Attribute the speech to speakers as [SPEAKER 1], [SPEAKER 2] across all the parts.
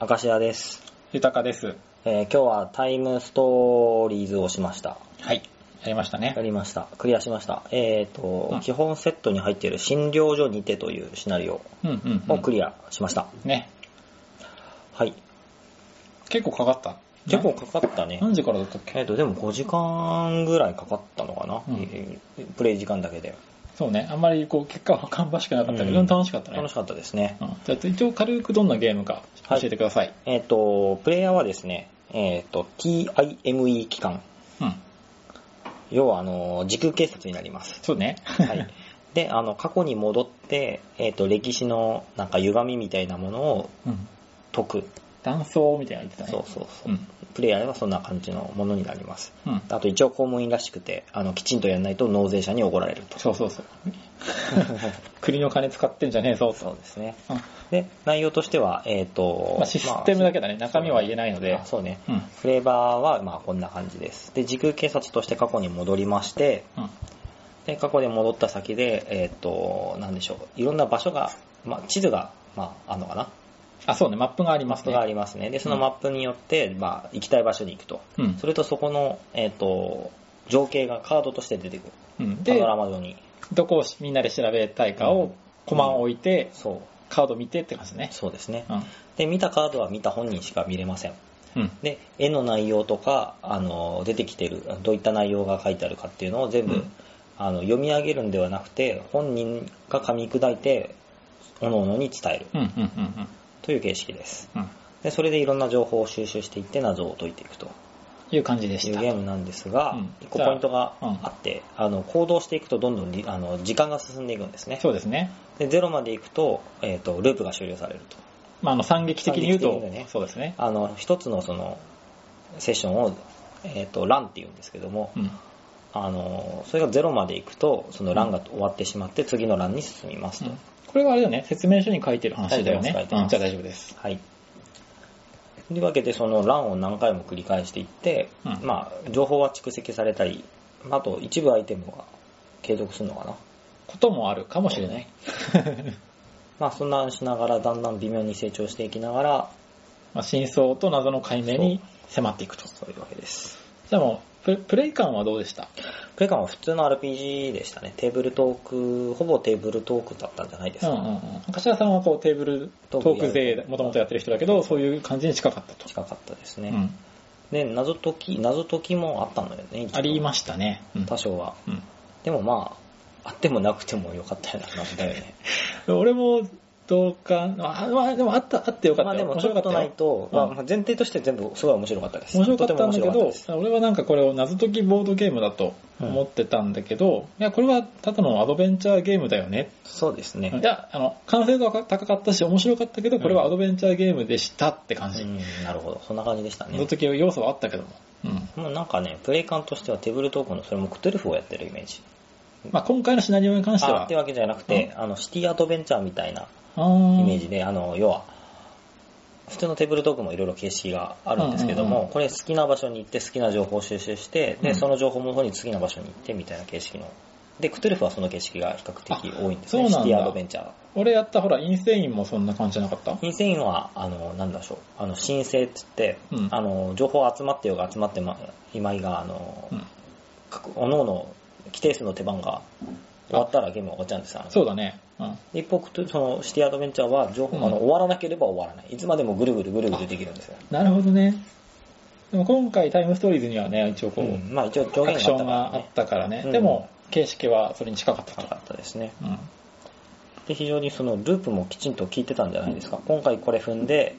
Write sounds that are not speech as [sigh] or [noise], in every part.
[SPEAKER 1] 明石家です、
[SPEAKER 2] 豊かです。
[SPEAKER 1] えー今日はタイムストーリーズをしました。
[SPEAKER 2] はい。やりました
[SPEAKER 1] や
[SPEAKER 2] ね。
[SPEAKER 1] りました。クリアしました。えっ、と、
[SPEAKER 2] うん
[SPEAKER 1] 基本セットに入っている診療所にてというシナリオ
[SPEAKER 2] うんうん、う
[SPEAKER 1] を
[SPEAKER 2] ん。
[SPEAKER 1] クリアしました。
[SPEAKER 2] ね。
[SPEAKER 1] はい。
[SPEAKER 2] 結構かかった。
[SPEAKER 1] 結構かかったね。
[SPEAKER 2] 何時からだったっ
[SPEAKER 1] えっ、
[SPEAKER 2] け
[SPEAKER 1] と、でも5時間ぐらいかかったのかな、
[SPEAKER 2] うん
[SPEAKER 1] えープレイ時間だけで。
[SPEAKER 2] そうね。あんまりこう、結果は芳しくなかったけど、
[SPEAKER 1] うん
[SPEAKER 2] 楽しかったね。
[SPEAKER 1] 楽しかったですね。
[SPEAKER 2] うんじゃあ、一応軽くどんなゲームか教えてください。
[SPEAKER 1] えっ、と、プレイヤーはですね、えっ、と、TIME 期間。
[SPEAKER 2] うん。
[SPEAKER 1] 要は、あの、時空警察になります。
[SPEAKER 2] そうね。
[SPEAKER 1] はい。で、あの、過去に戻って、えっ、と、歴史の、なんか、歪みみたいなものを
[SPEAKER 2] [laughs] うん。
[SPEAKER 1] 解く。
[SPEAKER 2] 断層みたいなの言ってたね。
[SPEAKER 1] そうそうそう。
[SPEAKER 2] うん
[SPEAKER 1] プレイヤーはそんな感じのものになります。
[SPEAKER 2] うん。
[SPEAKER 1] あと、一応公務員らしくて、あの、きちんとやらないと納税者に怒られると。
[SPEAKER 2] そうそうそう。
[SPEAKER 1] [laughs]
[SPEAKER 2] 国の金使ってんじゃねえぞ、
[SPEAKER 1] そ
[SPEAKER 2] と。
[SPEAKER 1] うですね。
[SPEAKER 2] うん
[SPEAKER 1] で、内容としては、えっ、と、
[SPEAKER 2] まあ、システムだけだね。中身は言えないので
[SPEAKER 1] あ。そうね。
[SPEAKER 2] うん。
[SPEAKER 1] フレーバーは、まあ、こんな感じです。で、時空警察として過去に戻りまして、
[SPEAKER 2] うん。
[SPEAKER 1] で過去で戻った先で、えっ、と、なんでしょう、いろんな場所が、まあ、地図が、まあ、あるのかな、
[SPEAKER 2] あ、そうね。マップがありま
[SPEAKER 1] マッ
[SPEAKER 2] す
[SPEAKER 1] プ
[SPEAKER 2] ね。
[SPEAKER 1] がありますね。で、そのマップによって、まあ、行きたい場所に行くと。
[SPEAKER 2] うん
[SPEAKER 1] そ。れとそこの、えっ、と、情景がカードとして出てくる。
[SPEAKER 2] うん。
[SPEAKER 1] パ
[SPEAKER 2] で
[SPEAKER 1] ノ、ラマ上に。
[SPEAKER 2] どこをみんなで調べたいか
[SPEAKER 1] うん
[SPEAKER 2] を、コマを置いて、
[SPEAKER 1] そう。
[SPEAKER 2] カード見てって感じね。
[SPEAKER 1] そうですね。
[SPEAKER 2] う
[SPEAKER 1] で、見たカードは見た本人しか見れません。
[SPEAKER 2] ん。うん。
[SPEAKER 1] で、絵の内容とか、あの、出てきてる、どういった内容が書いてあるかっていうのを全部、
[SPEAKER 2] うん
[SPEAKER 1] あの、読み上げるんではなくて、本人が噛み砕いて、各々に伝える
[SPEAKER 2] うん。うん。うん。
[SPEAKER 1] という形式です。
[SPEAKER 2] うん。
[SPEAKER 1] で、それでいろんな情報を収集していって謎を解いていくと
[SPEAKER 2] いう感じで
[SPEAKER 1] い
[SPEAKER 2] し
[SPEAKER 1] う
[SPEAKER 2] た。
[SPEAKER 1] ゲームなんですが、
[SPEAKER 2] うん
[SPEAKER 1] 一個ポイントが
[SPEAKER 2] じゃあ
[SPEAKER 1] あって、あの、行動していくとどんどんりあの時間が進んでいくんですね。
[SPEAKER 2] そうですね。
[SPEAKER 1] で、ゼロまでいくと、えっ、と、ループが終了されると。
[SPEAKER 2] まあ、あの、三撃的に言う
[SPEAKER 1] 三撃
[SPEAKER 2] と
[SPEAKER 1] 的にね、
[SPEAKER 2] そうですね。
[SPEAKER 1] あの、一つのその、セッションを、えっ、と、ランって言うんですけども、
[SPEAKER 2] うん。
[SPEAKER 1] あの、それがゼロまでいくと、そのランが終わってしまって、次のランに進みますと。
[SPEAKER 2] これはあれだよね。説明書に書いてる話だよね。
[SPEAKER 1] 書いて
[SPEAKER 2] う
[SPEAKER 1] ま
[SPEAKER 2] ん
[SPEAKER 1] す書
[SPEAKER 2] じ
[SPEAKER 1] いてます
[SPEAKER 2] ゃあ大丈夫です。
[SPEAKER 1] はい。というわけで、その欄を何回も繰り返していって、
[SPEAKER 2] うん
[SPEAKER 1] まあ、情報は蓄積されたり、あと一部アイテムが継続するのかな。
[SPEAKER 2] こともあるかもしれない。
[SPEAKER 1] まあ、そんなんしながら、だんだん微妙に成長していきながら、
[SPEAKER 2] まあ、真相と謎の解明に迫っていくと。
[SPEAKER 1] そういうわけです。
[SPEAKER 2] じゃあもう、プレプレイ感はどうでした
[SPEAKER 1] プレカンは普通の RPG でしたね。テーブルトーク、ほぼテーブルトークだったんじゃないです
[SPEAKER 2] うん
[SPEAKER 1] か。
[SPEAKER 2] うんうん。柏さんはこうテーブルトークでもともとやってる人だけど、そういう感じに近かったと。
[SPEAKER 1] 近かったです
[SPEAKER 2] う
[SPEAKER 1] ね。
[SPEAKER 2] ん。
[SPEAKER 1] で、謎解き、謎解きもあったのよね。
[SPEAKER 2] あり
[SPEAKER 1] ま
[SPEAKER 2] ましたね。うん
[SPEAKER 1] 多少は。
[SPEAKER 2] うん。
[SPEAKER 1] でもまあ、あってもなくてもよかったような感じだよね。
[SPEAKER 2] 俺も同感、あ、まあ、でもあった、あってよか
[SPEAKER 1] ま
[SPEAKER 2] っ
[SPEAKER 1] あで
[SPEAKER 2] たよ。
[SPEAKER 1] も
[SPEAKER 2] 面
[SPEAKER 1] ち
[SPEAKER 2] 白
[SPEAKER 1] ょ
[SPEAKER 2] か
[SPEAKER 1] っ
[SPEAKER 2] った
[SPEAKER 1] と
[SPEAKER 2] よ
[SPEAKER 1] ないと、
[SPEAKER 2] うん
[SPEAKER 1] まあ前提として全部すごい面白かったです。
[SPEAKER 2] 面白かったんだ
[SPEAKER 1] とて
[SPEAKER 2] け
[SPEAKER 1] も面白か
[SPEAKER 2] ど
[SPEAKER 1] ったです、
[SPEAKER 2] 俺はなんかこれを謎解きボードゲームだと思ってたんだけど、いや、これはただのアドベンチャーゲームだよね。
[SPEAKER 1] そうです
[SPEAKER 2] い
[SPEAKER 1] ね。
[SPEAKER 2] や、あの、完成度は高かったし、面白かったけど、これはアドベンチャーゲームでしたって感
[SPEAKER 1] う
[SPEAKER 2] じ。
[SPEAKER 1] ん、なるほど。そんな感じでした
[SPEAKER 2] 謎
[SPEAKER 1] ね。
[SPEAKER 2] 解き要素はあったけども。うん。
[SPEAKER 1] もうなんかね、プレイ感としてはテーブルトークのそれもクトゥルフをやってるイメージ。
[SPEAKER 2] まあ今回のシナリオに関して
[SPEAKER 1] あ
[SPEAKER 2] は、
[SPEAKER 1] ってわけじゃなくて、あの、シティアドベンチャーみたいなイ
[SPEAKER 2] イ
[SPEAKER 1] メージで、あの、要は、普通のテーブルトークもいろいろ形式があるんですけど
[SPEAKER 2] うんうん
[SPEAKER 1] も
[SPEAKER 2] う、
[SPEAKER 1] これ好きな場所に行って好きな情報を収集して、
[SPEAKER 2] う
[SPEAKER 1] で、
[SPEAKER 2] ん
[SPEAKER 1] その情報の方に次の場所に行ってみたいな形式の。で、クトゥルフはその形式が比較的多いんですね。
[SPEAKER 2] あそう
[SPEAKER 1] シ
[SPEAKER 2] なんだ
[SPEAKER 1] ティアドベンチャー。
[SPEAKER 2] 俺やったほら、インセインもそんな感じじゃなかった
[SPEAKER 1] 陰性院は、あの、なんだしょう、あの、申請って言って、
[SPEAKER 2] うん
[SPEAKER 1] あの、情報集まってようが集まってまいまいが、あの、
[SPEAKER 2] うん。
[SPEAKER 1] 各、各々規定数の手番が終わったらゲームが終わっちゃうんですよ。
[SPEAKER 2] そうだね。うん。
[SPEAKER 1] 一方、そのシティアドベンチャーは情報、
[SPEAKER 2] うん
[SPEAKER 1] あの終わらなければ終わらない。いつまでもぐるぐるぐるぐるできるんですよ。
[SPEAKER 2] なるほどね。でも今回タイムストーリーズにはね、一応こう、
[SPEAKER 1] うんまあ一応上限
[SPEAKER 2] アク
[SPEAKER 1] が
[SPEAKER 2] シ
[SPEAKER 1] あった
[SPEAKER 2] ョン
[SPEAKER 1] から
[SPEAKER 2] があ
[SPEAKER 1] ね
[SPEAKER 2] っ。たからね。
[SPEAKER 1] うん
[SPEAKER 2] でも、形式はそれに近かった
[SPEAKER 1] 高
[SPEAKER 2] と。
[SPEAKER 1] かったですね。
[SPEAKER 2] うん。
[SPEAKER 1] で、非常にそのループもきちんと聞いてたんじゃないですか。今回これ踏んで、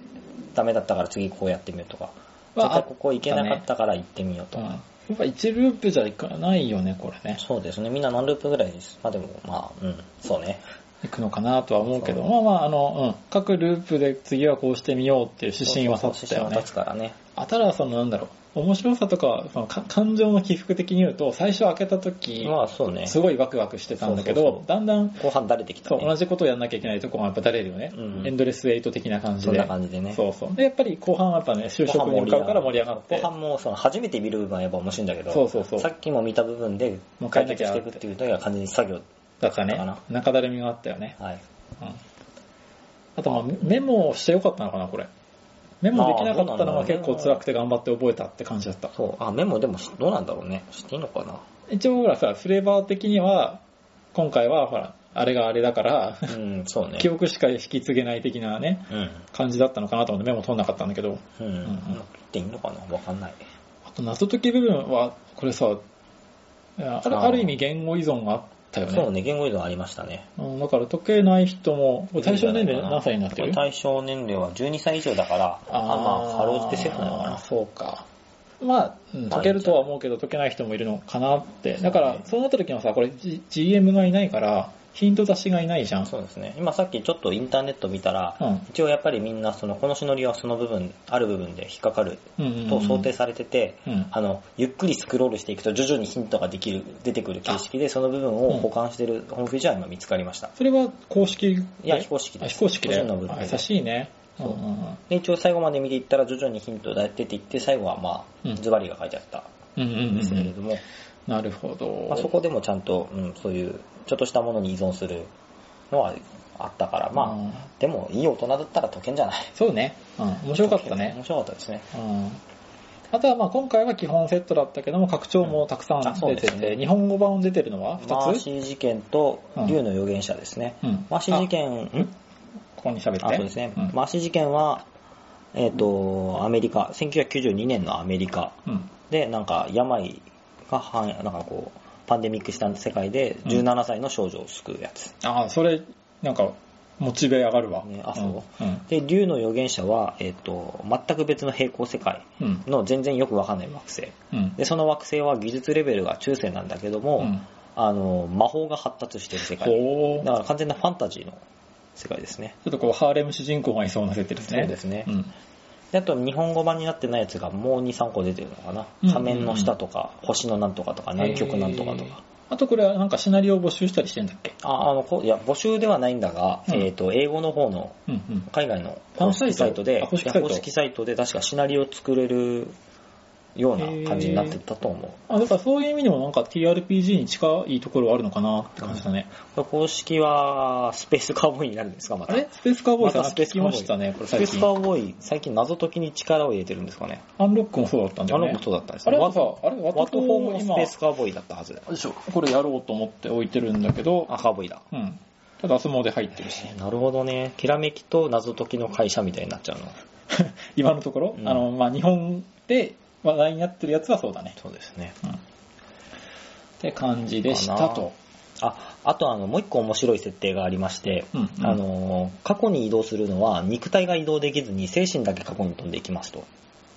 [SPEAKER 1] ダメだったから次こうやってみようとか。
[SPEAKER 2] ま
[SPEAKER 1] 絶
[SPEAKER 2] あ
[SPEAKER 1] 対ここ行けなかったから行ってみようと
[SPEAKER 2] うん
[SPEAKER 1] か。
[SPEAKER 2] やっぱ1ループじゃいかないよね、これね。
[SPEAKER 1] そうですね。みんな何ループぐらいです。まあでも、まあ、うん、そうね。
[SPEAKER 2] いくのかなとは思うけど、
[SPEAKER 1] そう
[SPEAKER 2] まあまあ、あの、うん。各ループで次はこうしてみようっていう指針は立
[SPEAKER 1] そう
[SPEAKER 2] っ
[SPEAKER 1] そ
[SPEAKER 2] た
[SPEAKER 1] う指針
[SPEAKER 2] よね
[SPEAKER 1] は立。つからね。
[SPEAKER 2] あただ、その、なんだろう。面白さとか、そのか感情の起伏的に言うと、最初開けた時、
[SPEAKER 1] まあそうね。
[SPEAKER 2] すごいワクワクしてたんだ
[SPEAKER 1] そ
[SPEAKER 2] け
[SPEAKER 1] うそう
[SPEAKER 2] ど
[SPEAKER 1] そ、う
[SPEAKER 2] だんだん、
[SPEAKER 1] 後半だれてきた
[SPEAKER 2] そう、同
[SPEAKER 1] ね。
[SPEAKER 2] じことをやんなきゃいけないとこがやっぱ誰れるよね。
[SPEAKER 1] うん
[SPEAKER 2] エンドレスエイト的な感じ
[SPEAKER 1] そ
[SPEAKER 2] で。
[SPEAKER 1] んな感じでね。
[SPEAKER 2] そうそう。で、やっぱり後半はやっぱね、就職に向かうから盛り上がって
[SPEAKER 1] 後、半もその初めて見る部分はやっぱ面白いんだけど、
[SPEAKER 2] そうそうそう
[SPEAKER 1] さっきも見た部分で
[SPEAKER 2] もう変
[SPEAKER 1] 解
[SPEAKER 2] えなき
[SPEAKER 1] 決し
[SPEAKER 2] ゃ
[SPEAKER 1] ていくっていうのが完全に作業。
[SPEAKER 2] だったね
[SPEAKER 1] だったか。
[SPEAKER 2] 中だるみがあったよね。
[SPEAKER 1] はい。
[SPEAKER 2] うんあと、まあ、メモをしてよかったのかな、これ。メモできなかっ
[SPEAKER 1] あ
[SPEAKER 2] たのが
[SPEAKER 1] ーどうなんだろうね
[SPEAKER 2] 結構辛くて頑張って覚えたって感じだった。
[SPEAKER 1] そう。あ、メモでもしどうなんだろうね。していいのかな。
[SPEAKER 2] 一応ほらさ、フレーバー的には、今回はほら、あれがあれだから、 [laughs]
[SPEAKER 1] うん、そうね。
[SPEAKER 2] 記憶しか引き継げない的なね、
[SPEAKER 1] うん。
[SPEAKER 2] 感じだったのかなと思ってメモ取んなかったんだけど、
[SPEAKER 1] うん。
[SPEAKER 2] んうん
[SPEAKER 1] 言っていいのかなわかんない。
[SPEAKER 2] あと謎解き部分は、これさ、いやある
[SPEAKER 1] あー
[SPEAKER 2] ある意味言語依存があったよね。
[SPEAKER 1] そうね、言語移動ありましたね。
[SPEAKER 2] うんだから解けない人も、これ対象年齢何歳になって
[SPEAKER 1] こ
[SPEAKER 2] る
[SPEAKER 1] れ対象年齢は12歳以上だから、まあ、かろうじてセーフなのかな。
[SPEAKER 2] そうか。まあ、うん解けるとは思うけど解けない人もいるのかなって。だから、そうなった時はさ、これ、G、GM がいないから、ヒント出しがいないじゃん。
[SPEAKER 1] そうですね。今さっきちょっとインターネット見たら、
[SPEAKER 2] うん
[SPEAKER 1] 一応やっぱりみんなその、このシノリはその部分、ある部分で引っかかる
[SPEAKER 2] うんうんうん
[SPEAKER 1] と想定されてて、
[SPEAKER 2] うん
[SPEAKER 1] あの、ゆっくりスクロールしていくと徐々にヒントができる、出てくる形式で、その部分を保管してるホームページは今見つかりました。
[SPEAKER 2] それは公式で
[SPEAKER 1] いや非公式です
[SPEAKER 2] あ非公式で。
[SPEAKER 1] 個人の部分
[SPEAKER 2] あ優しいね。うんうん
[SPEAKER 1] で一応最後まで見ていったら徐々にヒントが出ていって、最後はま
[SPEAKER 2] うん
[SPEAKER 1] あ、ズバリが書いてあった
[SPEAKER 2] うんうんうんんう
[SPEAKER 1] ですけれ
[SPEAKER 2] ん
[SPEAKER 1] ども、
[SPEAKER 2] なるほど。
[SPEAKER 1] まあ、そこでもちゃんと、うん、そういう、ちょっとしたものに依存するのはあったから、まあ、
[SPEAKER 2] うん
[SPEAKER 1] でも、いい大人だったら解けんじゃない
[SPEAKER 2] そうね。うん、面白かったね。
[SPEAKER 1] 面白かったですね。
[SPEAKER 2] うん。あとはまあ今回は基本セットだったけども、拡張もたくさん
[SPEAKER 1] あそうで
[SPEAKER 2] 出て
[SPEAKER 1] す
[SPEAKER 2] て、
[SPEAKER 1] ね
[SPEAKER 2] 日本語版出てるのは
[SPEAKER 1] マ
[SPEAKER 2] 2
[SPEAKER 1] ー
[SPEAKER 2] つ
[SPEAKER 1] シー事件と
[SPEAKER 2] うん、
[SPEAKER 1] 竜の預言者ですね。
[SPEAKER 2] うん
[SPEAKER 1] マーシー事件、ん
[SPEAKER 2] ここに喋って。
[SPEAKER 1] あ、そうですね。
[SPEAKER 2] うん
[SPEAKER 1] マーシー事件は、えっ、と、アメリカ、1992年のアメリカ
[SPEAKER 2] うん。
[SPEAKER 1] で、なんか、病がは、なんかこう、パンデミックした世界で、
[SPEAKER 2] うん
[SPEAKER 1] 17歳の少女を救うやつ。
[SPEAKER 2] ああ、それ、なんか、モチベ上がるわ。
[SPEAKER 1] ねあそ
[SPEAKER 2] うん。うん
[SPEAKER 1] で、竜の預言者は、えっ、と、全く別の平行世界
[SPEAKER 2] うん。
[SPEAKER 1] の全然よくわかんない惑星。
[SPEAKER 2] うん。
[SPEAKER 1] で、その惑星は技術レベルが中世なんだけども、
[SPEAKER 2] うん
[SPEAKER 1] あの、魔法が発達してる世界。
[SPEAKER 2] ほう。ち
[SPEAKER 1] だから完全なファンタジーの世界ですね。
[SPEAKER 2] ょっとこう、ハーレム主人公がいそうな設定ですね。
[SPEAKER 1] そうですね
[SPEAKER 2] うん。
[SPEAKER 1] であと日本語版になってないやつがもう2、3個出てるのかな。
[SPEAKER 2] うん
[SPEAKER 1] 仮面の下とか、星のなんとかとか、南極なんとかと
[SPEAKER 2] えー
[SPEAKER 1] か。。
[SPEAKER 2] あとこれはなんかシナリオを募集したりしてんだっけ
[SPEAKER 1] あ、あの、こいや、募集ではないんだが、
[SPEAKER 2] うん
[SPEAKER 1] えっ、と、英語の方の、
[SPEAKER 2] うんうん。
[SPEAKER 1] 海外の
[SPEAKER 2] あ
[SPEAKER 1] 公式サイトで、
[SPEAKER 2] あ公式
[SPEAKER 1] いや
[SPEAKER 2] サイト
[SPEAKER 1] 公式サイトで確かシナリオ作れるような感じになってたと思う。
[SPEAKER 2] あ、だからそういう意味でもなんか TRPG に近いところはあるのかなって感じだね。
[SPEAKER 1] これ公式は、スペースカウボーイになるんですか、また。
[SPEAKER 2] あれスペースカーボーイさん
[SPEAKER 1] またスペース
[SPEAKER 2] 聞
[SPEAKER 1] カ
[SPEAKER 2] き
[SPEAKER 1] ウボー
[SPEAKER 2] ま
[SPEAKER 1] イ
[SPEAKER 2] したね、これ
[SPEAKER 1] スペ
[SPEAKER 2] 最
[SPEAKER 1] ースカ
[SPEAKER 2] 近。
[SPEAKER 1] ウボーイ、最近謎解きに力を入れてるんですかね。
[SPEAKER 2] アンロックもそうだったんだ
[SPEAKER 1] あ
[SPEAKER 2] よ
[SPEAKER 1] の
[SPEAKER 2] ね
[SPEAKER 1] も。そうだったんです
[SPEAKER 2] あ
[SPEAKER 1] ね
[SPEAKER 2] れ
[SPEAKER 1] ワ
[SPEAKER 2] はさ
[SPEAKER 1] ト、
[SPEAKER 2] あれワ
[SPEAKER 1] ワ
[SPEAKER 2] ト
[SPEAKER 1] ト
[SPEAKER 2] フ
[SPEAKER 1] フォ
[SPEAKER 2] ォー
[SPEAKER 1] ー
[SPEAKER 2] も
[SPEAKER 1] も
[SPEAKER 2] 今
[SPEAKER 1] スペースカウボーイだったはずだ。
[SPEAKER 2] よいしょこれやろうと思って置いてるんだけど、
[SPEAKER 1] あ、カウボーイだ。
[SPEAKER 2] うん。ただ相撲で入ってる [laughs] し。
[SPEAKER 1] なるほどね。きらめきと謎解きの会社みたいになっちゃうの。
[SPEAKER 2] 今のところ、
[SPEAKER 1] うん
[SPEAKER 2] あの、まあ、日本で話題になってるやつはそうだね。
[SPEAKER 1] そうですね。
[SPEAKER 2] うん。って感じでしたと。
[SPEAKER 1] あ、あとあの、もう一個面白い設定がありまして、
[SPEAKER 2] うんうん
[SPEAKER 1] あのー、過去に移動するのは肉体が移動できずに精神だけ過去に飛んでいきますと。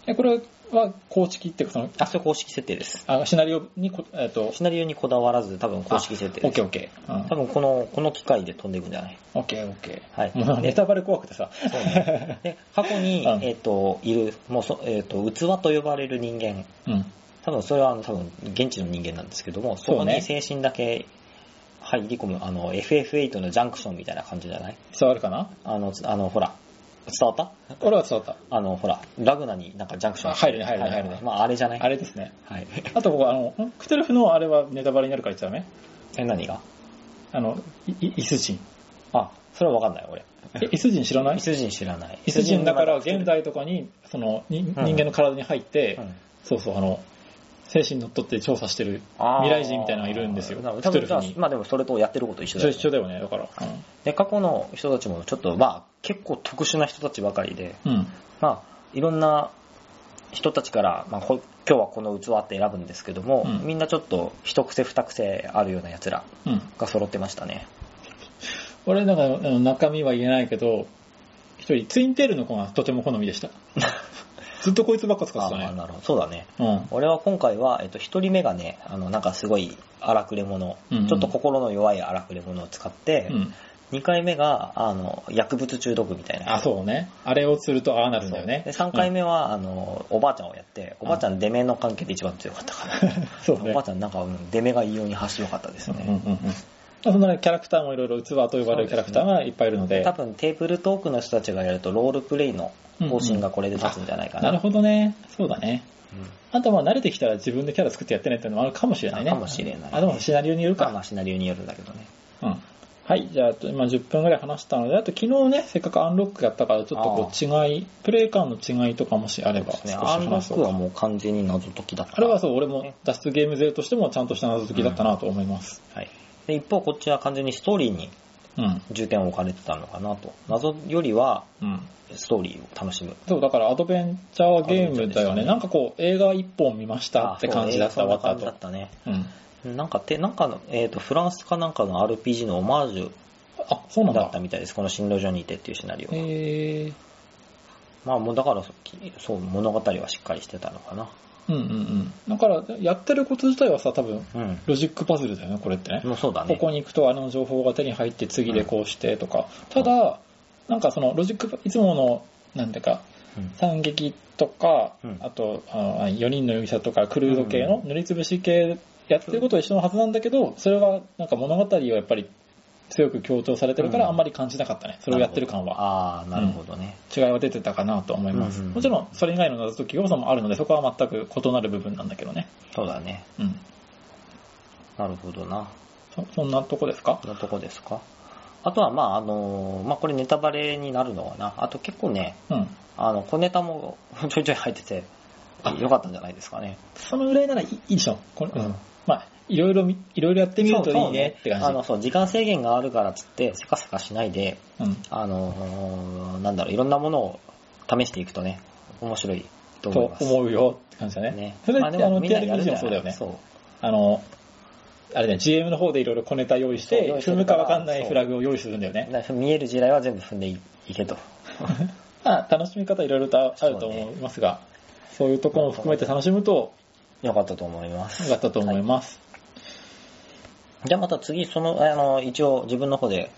[SPEAKER 2] え、これは公式っていうか、その、
[SPEAKER 1] あ、それ公式設定です。
[SPEAKER 2] あシナリオにこ、えっ、と、
[SPEAKER 1] シナリオにこだわらず、多分公式設定
[SPEAKER 2] オ
[SPEAKER 1] で
[SPEAKER 2] ッケ
[SPEAKER 1] す
[SPEAKER 2] ー。オッケー。うん
[SPEAKER 1] 多分この、この機械で飛んでいくんじゃない
[SPEAKER 2] オッケーオッケー。
[SPEAKER 1] はい
[SPEAKER 2] もうネタバレ怖くてさ。
[SPEAKER 1] そうね。で、過去に、
[SPEAKER 2] うん
[SPEAKER 1] えっ、と、いる、もうそ、えっ、と、器と呼ばれる人間、
[SPEAKER 2] うん。
[SPEAKER 1] 多分それはあの多分現地の人間なんですけども、そ
[SPEAKER 2] そ
[SPEAKER 1] こ
[SPEAKER 2] うね
[SPEAKER 1] に精神だけ入り込む、あの、FF8 のジャンクションみたいな感じじゃない
[SPEAKER 2] 伝わるかな
[SPEAKER 1] あの、つあの、ほら、伝わった
[SPEAKER 2] 俺は伝わった。
[SPEAKER 1] あの、ほら、ラグナになんかジャンクション
[SPEAKER 2] あ入るね入るね入るね
[SPEAKER 1] まあ、あれじゃない
[SPEAKER 2] あれですね。
[SPEAKER 1] はい。
[SPEAKER 2] あと、あの、んクテルフのあれはネタバレになるから言っちゃダメ
[SPEAKER 1] え、何が
[SPEAKER 2] あの、いいイス人。
[SPEAKER 1] あ、それはわかんない、俺。
[SPEAKER 2] え、イス人知らない
[SPEAKER 1] イス人知らない。
[SPEAKER 2] イス人だから
[SPEAKER 1] イス人
[SPEAKER 2] 現代とかに、その、に人間の体に入って、
[SPEAKER 1] うん
[SPEAKER 2] そうそう、あの、精神にのっとって調査してる
[SPEAKER 1] あー
[SPEAKER 2] 未来人みたいなのがいるんですよ。
[SPEAKER 1] なるほど
[SPEAKER 2] ク
[SPEAKER 1] 多
[SPEAKER 2] テ
[SPEAKER 1] 分
[SPEAKER 2] ル
[SPEAKER 1] じゃあ
[SPEAKER 2] フに。
[SPEAKER 1] まあでもそれとやってること一緒だ
[SPEAKER 2] 一緒
[SPEAKER 1] よね
[SPEAKER 2] 一緒だよね、だから。
[SPEAKER 1] で、過去の人たちもちょっと、まあ、結構特殊な人たちばかりで、
[SPEAKER 2] うん。
[SPEAKER 1] まあ、いろんな人たちから、まあ、こ今日はこの器って選ぶんですけども、
[SPEAKER 2] うん
[SPEAKER 1] みんなちょっと一癖二癖あるような奴ら
[SPEAKER 2] うん。
[SPEAKER 1] が揃ってましたね。
[SPEAKER 2] 俺、なんかあの、中身は言えないけど、一人、ツインテールの子がとても好みで [laughs] した。ずっとこいつばっか使ってた
[SPEAKER 1] あー
[SPEAKER 2] ね。
[SPEAKER 1] なるほど。そうだね。
[SPEAKER 2] うん。
[SPEAKER 1] 俺は今回は、えっと、一人目がね、あの、なんかすごい荒くれ者、
[SPEAKER 2] うんうん
[SPEAKER 1] ちょっと心の弱い荒くれ者を使って、
[SPEAKER 2] うん。
[SPEAKER 1] 二回目が、あの、薬物中毒みたいな。
[SPEAKER 2] あ、そうね。あれをするとああなるんだよね
[SPEAKER 1] で、。3回目は、あの、おばあちゃんをやって、おばあちゃん出目の関係で一番強かったから。
[SPEAKER 2] そうね
[SPEAKER 1] おばあちゃんなんか、うん出目が異様に強かったです
[SPEAKER 2] うんうん
[SPEAKER 1] ね。
[SPEAKER 2] うんうん。そんなキャラクターもいろいろ器と呼ばれるキャラクターがいっぱいいるので
[SPEAKER 1] 多。分テーブルトークの人たちがやると、ロールプレイの方針がこれで立つんじゃないか
[SPEAKER 2] な
[SPEAKER 1] な。
[SPEAKER 2] るほどね。そうだね。
[SPEAKER 1] うん
[SPEAKER 2] あとは慣れてきたら自分でキャラ作ってやってないっていうのもあるかもしれないね。
[SPEAKER 1] かもしれない
[SPEAKER 2] あ、でもシナリオによる
[SPEAKER 1] まあま
[SPEAKER 2] か。
[SPEAKER 1] あシナリオによるんだけどね。
[SPEAKER 2] うん。はい、じゃあ、あと今10分ぐらい話したので、あと昨日ね、せっかくアンロックやったから、ちょっとこう違い、プレイ感の違いとかもしあれば、少し
[SPEAKER 1] ね、アンロ
[SPEAKER 2] 話そ
[SPEAKER 1] ッ
[SPEAKER 2] う
[SPEAKER 1] ク
[SPEAKER 2] か
[SPEAKER 1] はもう完全に謎解きだった。
[SPEAKER 2] あれはそう、俺も脱出ゲーム勢としてもちゃんとした謎解きだったなと思います。
[SPEAKER 1] はい。で、一方こっちは完全にストーリーに
[SPEAKER 2] うん。
[SPEAKER 1] 重点を置かれてたのかなと。謎よりは、
[SPEAKER 2] うん。
[SPEAKER 1] ストーリーを楽しむ。
[SPEAKER 2] そう、だからアドベンチャーゲームだよ
[SPEAKER 1] アドベンチャーでした
[SPEAKER 2] ね。
[SPEAKER 1] ね
[SPEAKER 2] なんかこう、映画一本見ました
[SPEAKER 1] あ
[SPEAKER 2] って感じだった、
[SPEAKER 1] そう
[SPEAKER 2] 終
[SPEAKER 1] ね
[SPEAKER 2] わっ
[SPEAKER 1] そ
[SPEAKER 2] た
[SPEAKER 1] んな感じだっ。
[SPEAKER 2] 後
[SPEAKER 1] たね。
[SPEAKER 2] うん。
[SPEAKER 1] なんかて、なんかの、えっ、と、フランスかなんかの RPG のオマージ
[SPEAKER 2] あ、そうな
[SPEAKER 1] ュ
[SPEAKER 2] ん
[SPEAKER 1] だ
[SPEAKER 2] だ
[SPEAKER 1] った。みたいです。この進路上にいてっていうシナリオが。
[SPEAKER 2] へえ。
[SPEAKER 1] まあもうだから、きそう、物語はしっかりしてたのかな。
[SPEAKER 2] うんうんうん。だから、やってること自体はさ、多分、
[SPEAKER 1] うん。
[SPEAKER 2] ロジックパズルだよね、これってね。
[SPEAKER 1] もうそうだね。
[SPEAKER 2] ここに行くとあの情報が手に入って次でこうしてとか。ただ、なんかそのロジック、いつもの、なんていうか、
[SPEAKER 1] うん
[SPEAKER 2] 惨劇とか、
[SPEAKER 1] うん
[SPEAKER 2] あとあの4人の容疑者とかクルード系の塗りつぶし系やってることは一緒のはずなんだけどそれはなんか物語をやっぱり強く強調されてるから
[SPEAKER 1] うん
[SPEAKER 2] あんまり感じなかったねそれをやってる感は
[SPEAKER 1] ああ、なるほどね。
[SPEAKER 2] 違いは出てたかなと思います、
[SPEAKER 1] うんうん
[SPEAKER 2] もちろんそれ以外の謎解き要素もあるのでそこは全く異なる部分なんだけどね
[SPEAKER 1] そうだね。
[SPEAKER 2] うん
[SPEAKER 1] なるほどな。
[SPEAKER 2] そそんなとこですか
[SPEAKER 1] こんなとこですか。あとは、まあ、あのーまあ、これネタバレになるのかな。あと結構ね、
[SPEAKER 2] うん
[SPEAKER 1] あの、小ネタも [laughs] ちょいちょい入ってて
[SPEAKER 2] あ、
[SPEAKER 1] よかったんじゃないですかね。
[SPEAKER 2] そのぐらいならいいいいでしょこれ、
[SPEAKER 1] うん
[SPEAKER 2] まあいろいろみいろいろやってみるとい
[SPEAKER 1] そうそ
[SPEAKER 2] いうねって感じ
[SPEAKER 1] あの、そう、時間制限があるからっつって、せかせかしないで、あのーなんだろう、いろんなものを試していくとね、面白いと
[SPEAKER 2] うん、
[SPEAKER 1] 思い
[SPEAKER 2] と
[SPEAKER 1] ます。
[SPEAKER 2] 思うよって感じだね
[SPEAKER 1] ね。
[SPEAKER 2] それ
[SPEAKER 1] まあ
[SPEAKER 2] っ
[SPEAKER 1] で
[SPEAKER 2] てあ
[SPEAKER 1] も
[SPEAKER 2] の
[SPEAKER 1] みんな
[SPEAKER 2] TRPG
[SPEAKER 1] やるじゃな
[SPEAKER 2] も
[SPEAKER 1] い
[SPEAKER 2] そうだよね
[SPEAKER 1] そう。
[SPEAKER 2] あの、あれだよ、GM の方でいろいろ小ネタ用意し
[SPEAKER 1] そう
[SPEAKER 2] て
[SPEAKER 1] 用、意して
[SPEAKER 2] 踏
[SPEAKER 1] る
[SPEAKER 2] むか
[SPEAKER 1] から
[SPEAKER 2] わかんないフラグを用意するんだよね。
[SPEAKER 1] だから見える地雷は全部踏んでいいけと。
[SPEAKER 2] まあ、楽しみ方いろいろとあると思いますが、そういうところも含めて楽しむと
[SPEAKER 1] よかったと思います。
[SPEAKER 2] よかったと思います。
[SPEAKER 1] じゃあまた次、その、あの、一応自分の方で、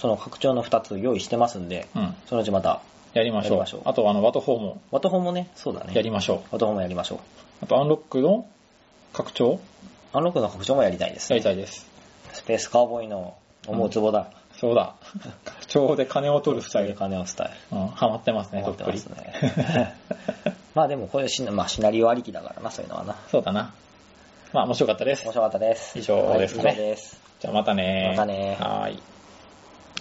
[SPEAKER 1] その拡張の2つ用意してますんで、
[SPEAKER 2] うん。うん。
[SPEAKER 1] そのうちまた、
[SPEAKER 2] やりまし
[SPEAKER 1] や
[SPEAKER 2] ょ
[SPEAKER 1] り
[SPEAKER 2] う。
[SPEAKER 1] ましょう
[SPEAKER 2] あと、あの、ワトフォーも
[SPEAKER 1] ワトホンもね、そうだ
[SPEAKER 2] や
[SPEAKER 1] ね。
[SPEAKER 2] りましょ
[SPEAKER 1] ワトホンもやりましょう。
[SPEAKER 2] う。あと、アンロックの拡張
[SPEAKER 1] アンロックの拡張もやりたいです、
[SPEAKER 2] やりたいです。
[SPEAKER 1] スペースカウボーイの思うツボだ。
[SPEAKER 2] そう
[SPEAKER 1] [laughs]
[SPEAKER 2] だ。拡張で金を取るスタイル。
[SPEAKER 1] 金をスタイ
[SPEAKER 2] うん、ハマってます
[SPEAKER 1] ル。
[SPEAKER 2] ね、
[SPEAKER 1] 思
[SPEAKER 2] ど
[SPEAKER 1] っ
[SPEAKER 2] ってぷ
[SPEAKER 1] ま
[SPEAKER 2] り
[SPEAKER 1] す。ね。 [laughs] まあでも、こういうシナ,、まあ、シナリオありきだからな、そういうのはな。
[SPEAKER 2] そうだな。まあ、面白かったです
[SPEAKER 1] 面。白かったです。
[SPEAKER 2] 以上ですかね
[SPEAKER 1] はい以上です。
[SPEAKER 2] じゃあ、またね
[SPEAKER 1] またね
[SPEAKER 2] はーい。